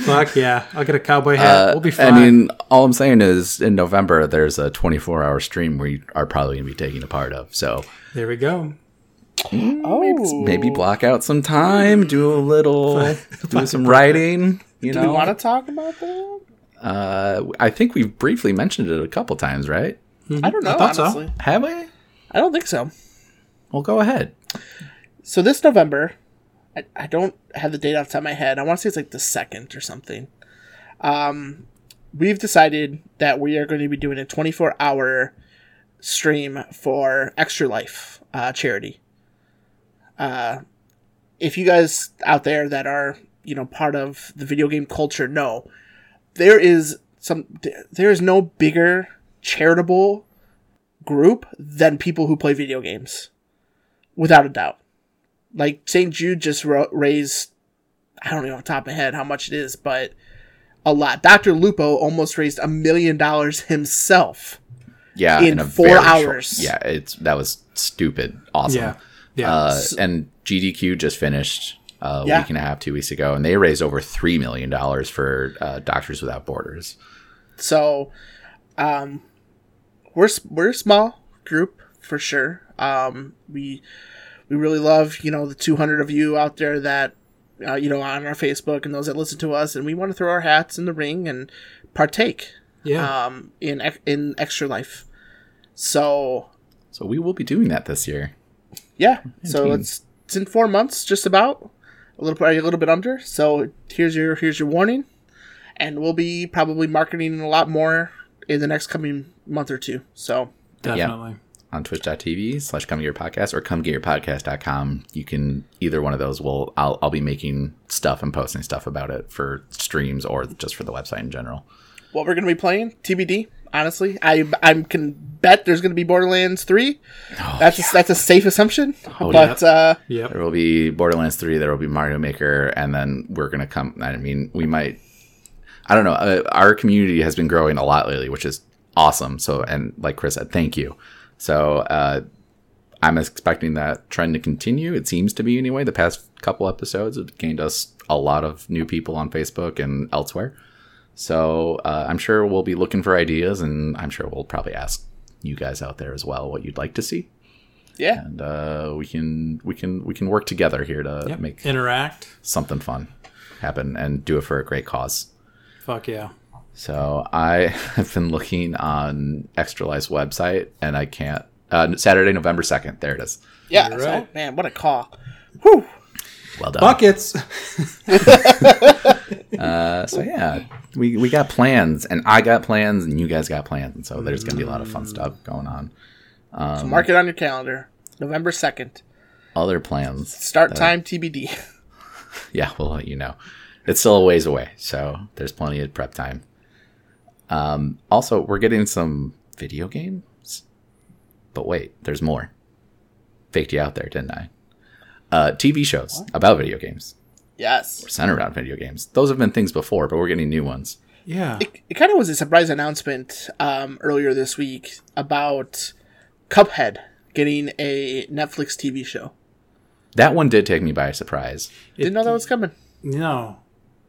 Fuck yeah! I'll get a cowboy hat. we'll be fine.
Uh, I mean, all I'm saying is in November there's a 24 hour stream we are probably going to be taking a part of. So
there we go.
Oh,
maybe block out some time, do a
<laughs>
little, do some writing. You
Do we
know,
want to talk about that?
uh, I think we've briefly mentioned it a couple times, right?
I don't know.
Mm-hmm. thought so.
honestly,
Have we?
I don't think so.
Well, go ahead.
So this November, I, I don't have the date off the top of my head. I want to say it's like the second or something. Um, we've decided that we are going to be doing a 24 hour stream for Extra Life uh, charity. Uh, if you guys out there that are you know part of the video game culture know, there is some there is no bigger charitable group than people who play video games, without a doubt like St. Jude just ro- raised, I don't know off the top of my head how much it is, but a lot. Dr. Lupo almost raised a million dollars himself.
Yeah,
In
a
four
very
hours.
yeah, it's that was stupid. Awesome.
Yeah, yeah.
Uh, and GDQ just finished uh, a
Yeah.
week and a half, two weeks ago, and they raised over three million dollars for uh, Doctors Without Borders.
So, um, we're s- we're a small group for sure. Um, we we really love you know the 200 of you out there that uh, you know on our Facebook and those that listen to us, and we want to throw our hats in the ring and partake
yeah.
um, in ex- in extra life. So
So we will be doing that this year.
Yeah. So it's it's in four months, just about a little probably a little bit under. So here's your here's your warning, and we'll be probably marketing a lot more in the next coming month or two. So
definitely.
on twitch.tv slash come get your podcast or come get your podcast.com you can either one of those will I'll, I'll be making stuff and posting stuff about it for streams or just for the website in general
what we're gonna be playing TBD. Honestly, I I can bet there's gonna be Borderlands three.
Oh,
that's a, that's a safe assumption. but uh,
Yep.
there will be borderlands 3 there will be mario maker and then we're gonna come i mean we might i don't know uh, our community has been growing a lot lately which is awesome so and like chris said thank you so uh i'm expecting that trend to continue it seems to be anyway the past couple episodes it gained us a lot of new people on facebook and elsewhere so uh, i'm sure we'll be looking for ideas and i'm sure we'll probably ask you guys out there as well what you'd like to see
yeah,
and uh, we can we can we can work together here to
Yep.
make
Interact.
something fun happen and do it for a great cause.
Fuck yeah.
So I <laughs> have been looking on Extra Life's website, and I can't. Uh, Saturday, November second. There it is.
yeah.
You're
so,
right.
man, what a call. Whew.
Well done.
Buckets.
Uh, so yeah, we we got plans, and I got plans, and you guys got plans, and so there's gonna be a lot of fun stuff going on. Um,
So mark it on your calendar, November second.
Other plans.
Start time TBD.
Yeah, we'll let you know. It's still a ways away, so there's plenty of prep time. Um, also, we're getting some video games. But wait, there's more. Faked you out there, didn't I? Uh, TV shows about video games,
<laughs> yes.
centered around video games. Those have been things before, but we're getting new ones.
<laughs> Yeah.
it, it kind of was a surprise announcement um, earlier this week about Cuphead getting a Netflix TV show.
That one did take me by surprise.
Didn't know that was coming.
No.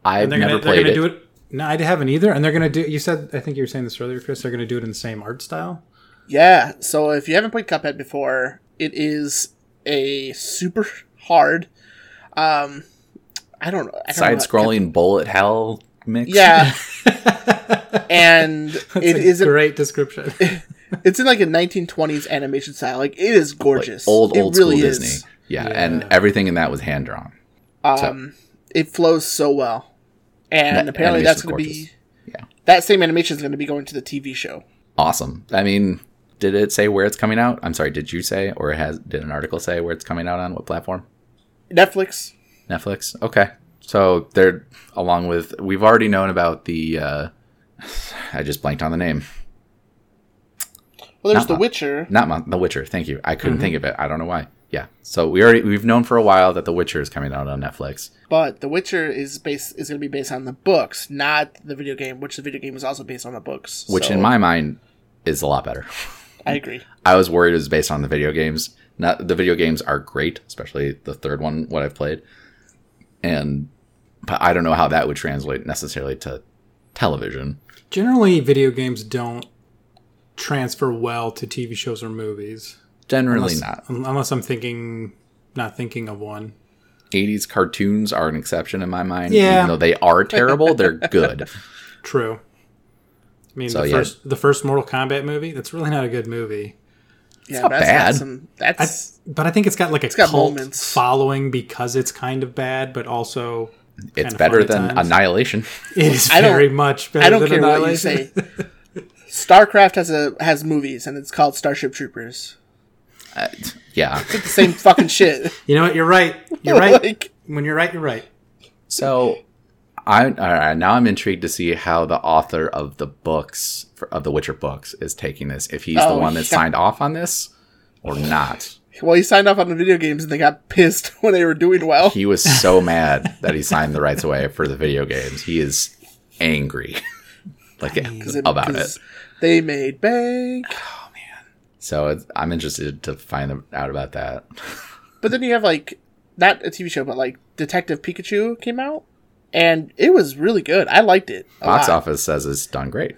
I've
And they're
never
gonna they're
played
gonna
it.
do it. No, I haven't either. And they're gonna do. You said I think you were saying this earlier, Chris. They're gonna do it in the same art style.
Yeah, so if you haven't played Cuphead before, it is a super hard. Um, I don't know. I don't know.
Side-scrolling bullet hell mix. <laughs>
<laughs> Yeah, and it
a
is a-
great description. <laughs>
it's in like a 1920s animation style. Like it is
Like
gorgeous.
old
It
old school Disney. Yeah, and
Yeah.
everything in that was hand drawn.
Um, it flows so well, and
That
apparently
animation's
that's going to be
gorgeous. Yeah.
That same animation is going to be going to the TV show.
Awesome. I mean, did it say where it's coming out? I'm sorry, did you say or has did an article say where it's coming out on what platform?
Netflix.
Netflix. Okay. So they're along with we've already known about the uh <laughs> I just blanked on the name.
Well, there's
Not
The
much.
Witcher.
Not Mon- The Witcher. Thank you. I couldn't think of it. I don't know why. Yeah. So we already we've known for a while that The Witcher is coming out on Netflix.
But The Witcher is based is going to be based on the books, not the video game, which the video game is also based on the books.
which
So,
in my mind is a lot better.
I agree.
I was worried it was based on the video games. Not the video games are great, especially the third one what I've played. And but I don't know how that would translate necessarily to television.
Generally, video games don't transfer well to TV shows or movies.
Generally
Unless-
not.
un- Unless I'm thinking, not thinking of one.
80s cartoons are an exception in my mind.
Yeah.
Even though they are terrible, they're good.
True. I mean,
So,
the
yeah.
first the first Mortal Kombat movie. That's really not a good movie,
Yeah,
not
but that's got
bad.
Some, that's
but I think it's got like a
got
cult
moments.
following because it's kind of bad, but also
It's
Kinda
better
funny
than
times.
Annihilation. <laughs>
it is
I don't-
very much better
I don't
than
care what you
Annihilation.
say.
<laughs>
StarCraft has a has movies and it's called Starship Troopers.
Uh, yeah.
It's the same
<laughs>
fucking shit.
You know what? You're right.
<laughs>
You're right.
Like,
when you're right, you're right.
So, I all right, now I'm intrigued to see how the author of the books for, of the Witcher books is taking this. If he's the
Oh,
one that
yeah.
signed off on this or not.
well, he signed off on the video games and they got pissed <laughs> when they were doing well.
He was so mad that he signed the rights away for the video games. He is angry, <laughs> like about it.
'cause They made bank.
So it's, I'm interested to find out about that.
But then you have like not a TV show, but like Detective Pikachu came out, and it was really good. I liked it. a
Box
lot.
office says it's done great.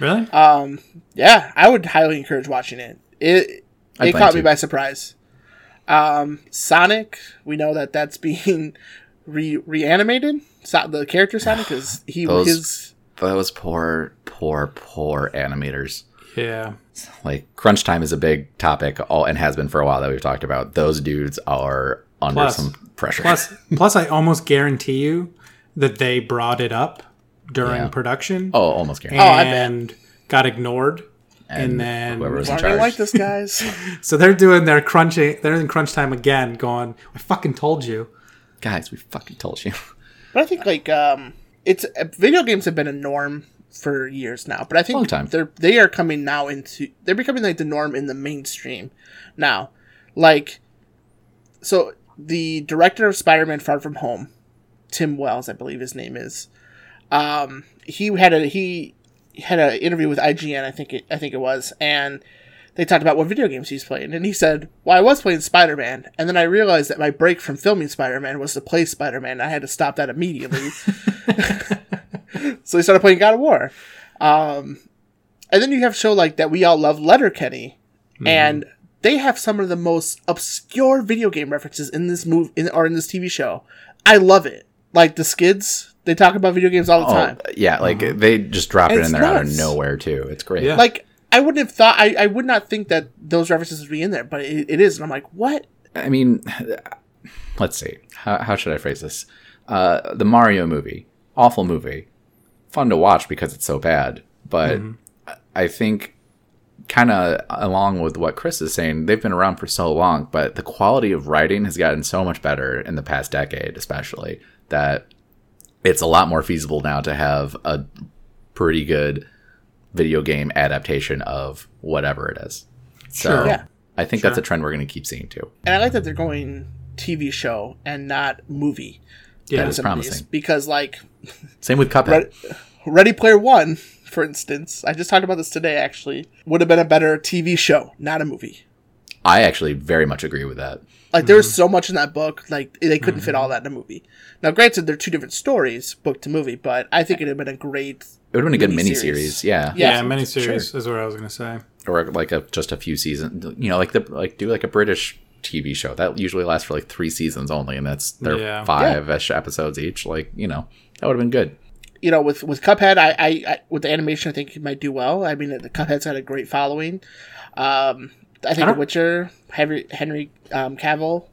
Really?
Um, yeah, I would highly encourage watching it. It
I
it
plan
caught me
to.
by surprise. Um, Sonic, we know that that's <laughs> being re reanimated. So, the character Sonic is he
Those-
his
Those poor, poor, poor animators.
yeah.
like crunch time is a big topic all and has been for a while that we've talked about those dudes are under
Plus-
some pressure
Plus, plus, I almost guarantee you that they brought it up during
Yeah.
production
oh almost guaranteed
I bet.
and got ignored, Oh. and, then
whoever was in
I don't
charge
like
<laughs>
this guys.
so they're doing their crunching. They're in crunch time again, going, "I fucking told you."
guys we fucking told you
But I think like um, it's uh, video games have been a norm for years now. But I think
Long time.
they're they are coming now into they're becoming like the norm in the mainstream now. Like, so the director of Spider-Man: Far From Home, Tim Wells, I believe his name is. Um, he had a he had an interview with IGN, I think it, I think it was, and they talked about what video games he's playing, and he said, "Well, I was playing Spider Man, and then I realized that my break from filming Spider Man was to play Spider Man. I had to stop that immediately." <laughs> so he started playing God of War, um, and then you have a show like that we all love, Letterkenny, and they have some of the most obscure video game references in this movie in, or in this TV show. I love it. Like the skids, they talk about video games all the
oh
time.
yeah like they just drop it
It's
in there out of
nuts.
nowhere too it's great <laughs>
Yeah.
Like I wouldn't have thought I, I would not think that those references would be in there, but it, it is, and I'm like, what?
i mean let's see how, how should i phrase this uh the mario movie awful movie fun to watch because it's so bad but
Mm-hmm.
i think kind of along with what Chris is saying, they've been around for so long, but the quality of writing has gotten so much better in the past decade, especially that it's a lot more feasible now to have a pretty good video game adaptation of whatever it is. So
Sure.
Yeah.
I think that's a trend we're going to keep seeing too.
and I like that they're going TV show and not movie.
Yeah,
That is
some of these,
promising.
because like
Same with Cuphead.
Re- Ready Player One, <laughs> for instance, I just talked about this today. Actually, would have been a better TV show, not a movie.
I actually very much agree with that.
Like there was so much in that book, like they couldn't fit all that in a movie. Now, granted, they're two different stories, book to movie, but I think it'd have been a great.
It would have been a good
Miniseries.
miniseries, yeah.
Yeah,
yeah, miniseries is what I was gonna say.
or like a just a few seasons. You know, like the like do like a British TV show that usually lasts for like three seasons only, and that's they're
Yeah.
five ish episodes each. Like you know, that would have been good.
you know, with with Cuphead, I, I, I with the animation, I think he might do well. I mean, the Cuphead's had a great following. Um, I think
I
The
don't-
Witcher, Henry, Henry um, Cavill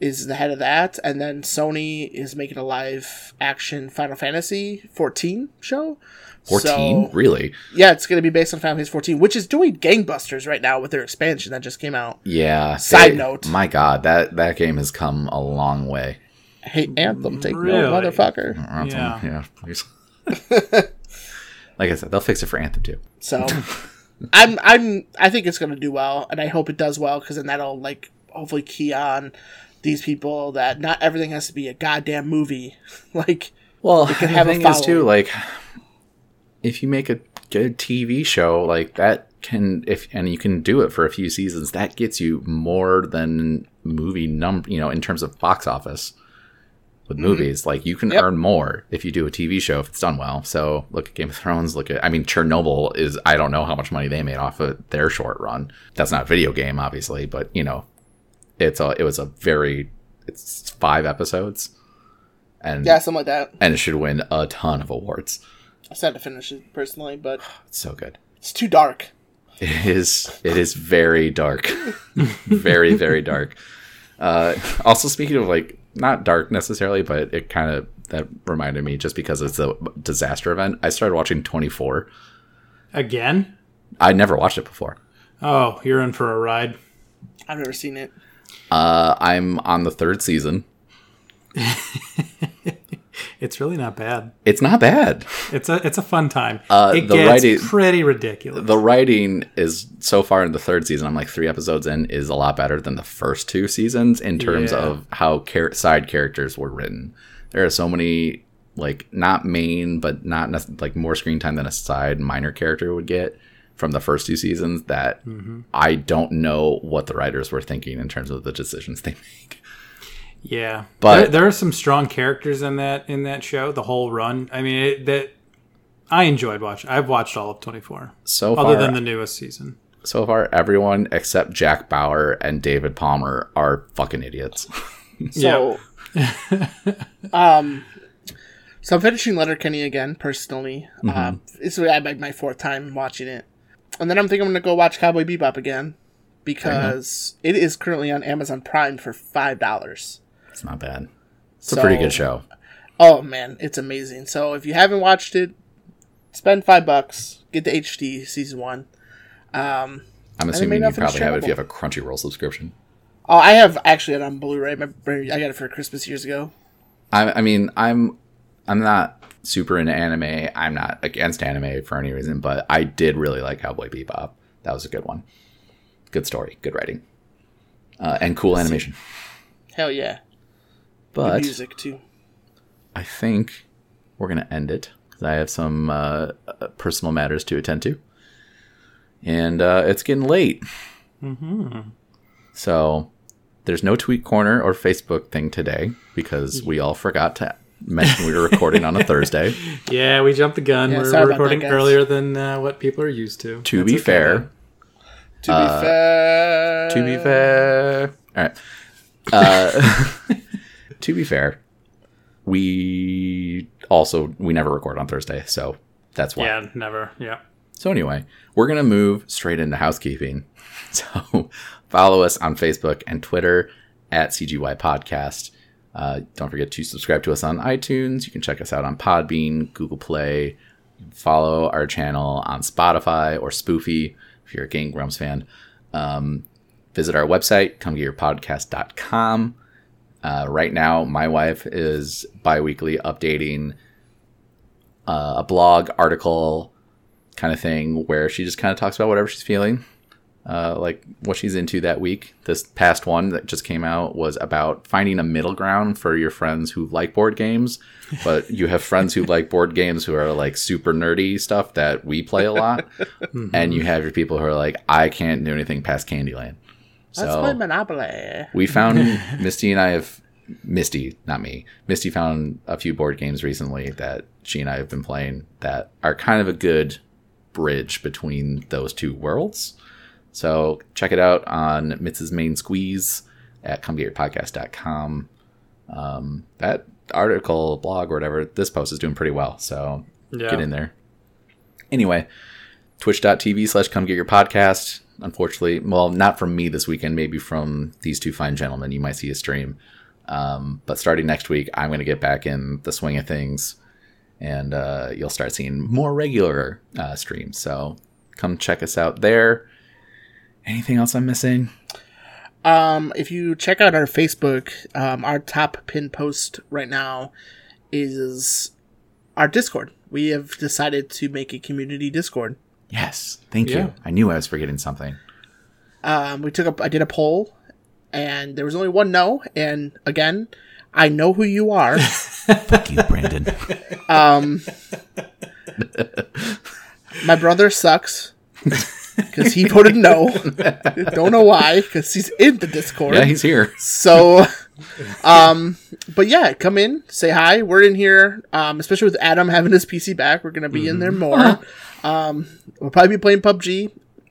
is the head of that, and then Sony is making a live action Final Fantasy 14 show.
14?
So,
really?
yeah, it's going to be based on Final Fantasy 14, which is doing gangbusters right now with their expansion that just came out.
Yeah.
Side
They-
note.
My God, that, that game has come a long way.
Hey, Anthem, take
Really?
no motherfucker.
Hmm.
Anthem,
Yeah.
yeah please. <laughs> like I said, they'll fix it for Anthem too.
<laughs> So I'm I'm I think it's going to do well and I hope it does well cuz then that'll like hopefully key on these people that not everything has to be a goddamn movie. <laughs> like
Well,
can
the
have a
thing is too,
following.
like, if you make a good TV show, like that can, if and you can do it for a few seasons, that gets you more than movie number, you know, in terms of box office with movies. Like, you can
Mm-hmm. Yep.
earn more if you do a TV show if it's done well. So, look at Game of Thrones. Look at, I mean, Chernobyl is, I don't know how much money they made off of their short run. That's not a video game, obviously, but you know, it's a, it was a very, it's five episodes. And
yeah, something like that.
and it should win a ton of awards.
I still have to finish it personally, but
It's so good.
it's too dark.
It is. It is very dark, <laughs> very very dark. Uh, also, speaking of like not dark necessarily, but it kind of that reminded me just because it's a disaster event. I started watching Twenty Four.
Again?
I never watched it before.
Oh, you're in for a ride.
I've never seen it.
Uh, I'm on the third season.
It's really not bad.
It's not bad.
It's a it's a fun time.
Uh,
it
the
gets
writing-
pretty ridiculous.
The writing is so far in the third season. I'm like three episodes in is a lot better than the first two seasons in terms
Yeah.
of how char- side characters were written. There are so many like not main but not nec- like more screen time than a side minor character would get from the first two seasons that
Mm-hmm.
I don't know what the writers were thinking in terms of the decisions they make.
yeah,
But-
there, there are some strong characters in that in that show. The whole run. I mean, it, that I enjoyed watching. I've watched all of 24,
<laughs> So
other
far,
than the newest season.
so far everyone except Jack Bauer and David Palmer are fucking idiots. <laughs>
So um so I'm finishing Letterkenny again personally.
Mm-hmm.
Um it's really I like my fourth time watching it. And then I'm thinking I'm gonna go watch Cowboy Bebop again because it is currently on Amazon Prime for five dollars.
it's not bad. It's a pretty good show.
Oh man, it's amazing. So if you haven't watched it, spend five bucks, get the HD season one. Um,
I'm
it may
assuming
not
you
finish
probably have it if you
Chernobyl.
have a Crunchyroll subscription.
oh, I have actually it on Blu-ray. My, I got it for Christmas years ago.
I, I mean, I'm I'm not super into anime. I'm not against anime for any reason, but I did really like Cowboy Bebop. That was a good one. Good story, good writing, uh, and cool animation.
Hell yeah, The
But
music too.
I think we're gonna end it because I have some uh, uh, personal matters to attend to, and uh, it's getting late. Mm-hmm. So there's no tweet corner or Facebook thing today because we all forgot to mention we were recording <laughs> on a Thursday.
Yeah, we jumped the gun.
Yeah,
we're,
sorry
we're
about that,
recording
guys.
earlier than uh, what people are used to.
To
That's
be
okay,
fair,
though.
To be fair,
uh, to be fair, all right. Uh, <laughs> to be fair, we also we never record on Thursday, so that's why.
yeah, never. Yeah.
So anyway, we're gonna move straight into housekeeping. <laughs> So follow us on Facebook and Twitter at CGY Podcast. Uh, don't forget to subscribe to us on iTunes. You can check us out on Podbean, Google Play. Follow our channel on Spotify or Spoofy if you're a Game Grumps fan. Um, visit our website, comegetyourpodcast.com. Uh, right now, my wife is bi-weekly updating uh, a blog article kind of thing where she just kind of talks about whatever she's feeling, uh, like what she's into that week. This past one that just came out was about finding a middle ground for your friends who like board games, but you have friends who like board games who are like super nerdy stuff that we play a lot, and you have your people who are like, I can't do anything past Candyland. So
Let's play Monopoly.
we found Misty and I have Misty, not me. Misty found a few board games recently that she and I have been playing that are kind of a good bridge between those two worlds. So check it out on Mitz's Main Squeeze at comegetyourpodcast.com. Um, that article, blog, or whatever, this post is doing pretty well. So
Yeah.
get in there. Anyway, twitch.tv slash come get your podcast. Unfortunately, well, not from me this weekend, maybe from these two fine gentlemen. You might see a stream. Um, but starting next week, I'm going to get back in the swing of things and uh, you'll start seeing more regular uh, streams. So come check us out there. Anything else I'm missing?
Um, if you check out our Facebook, um, our top pin post right now is our Discord. We have decided to make a community Discord.
Yes. Thank
Yeah.
you. I knew I was forgetting something.
Um, we took up, I did a poll, and there was only one no. And again, I know who
<laughs>
you are.
Fuck you, Brandon.
Um, my brother sucks because he
<laughs>
voted no. Don't know why because he's in the
<laughs>
Discord.
yeah, he's
<laughs>
here.
So, <laughs> um, but yeah, come in, say hi. We're in here, um, especially with Adam having his PC back. We're gonna be in there more. um, we'll probably be playing PUBG,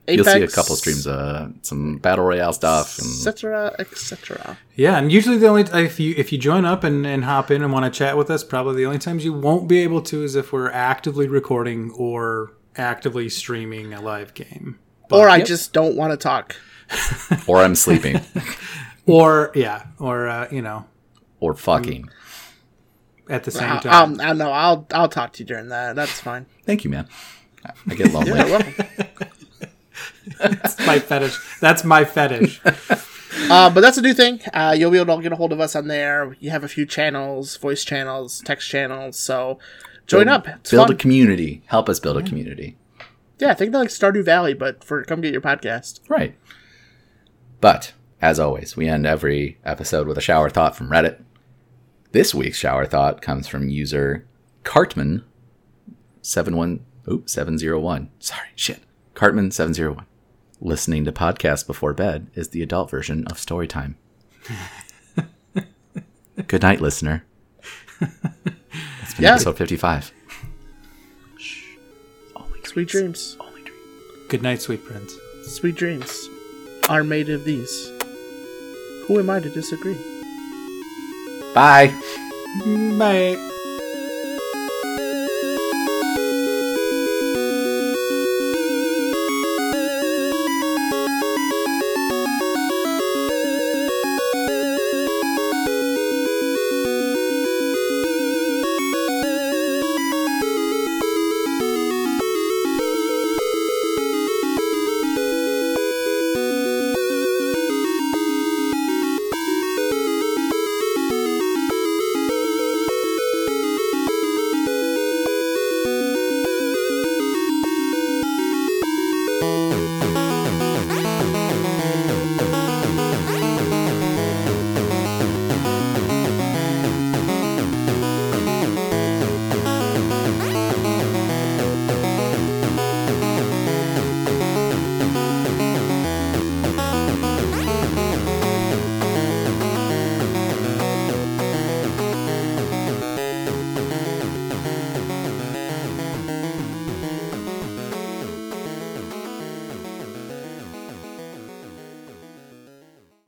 You'll
Apex,
see a couple streams of some battle royale stuff. And
etc., etc.
Yeah, and usually the only if you if you join up and, and hop in and want to chat with us, probably the only times you won't be able to is if we're actively recording or actively streaming a live game.
Or I just don't want to talk.
or I'm sleeping.
Or yeah, or uh, you know,
or fucking.
at the same
I,
time.
um, I know. I'll I'll talk to you during that. That's fine. <laughs>
Thank you, man. I get lonely.
Yeah, well.
That's my fetish. That's my fetish.
Uh, but that's a new thing. Uh, you'll be able to get a hold of us on there. You have a few channels, voice channels, text channels. So join up. It's
build
fun.
a community. Help us build a community.
yeah, think of like Stardew Valley, but for come get your podcast.
Right. But as always, we end every episode with a shower thought from Reddit. This week's shower thought comes from user Cartman seven one oops seven zero one. Sorry, shit. Cartman seven zero one. Listening to podcasts before bed is the adult version of story time. Good night, listener. That's been
Yeah.
episode fifty five.
Sweet dreams.
Good night, sweet prince.
Sweet dreams are made of these. Who am I to disagree?
Bye.
Bye.
Thank you.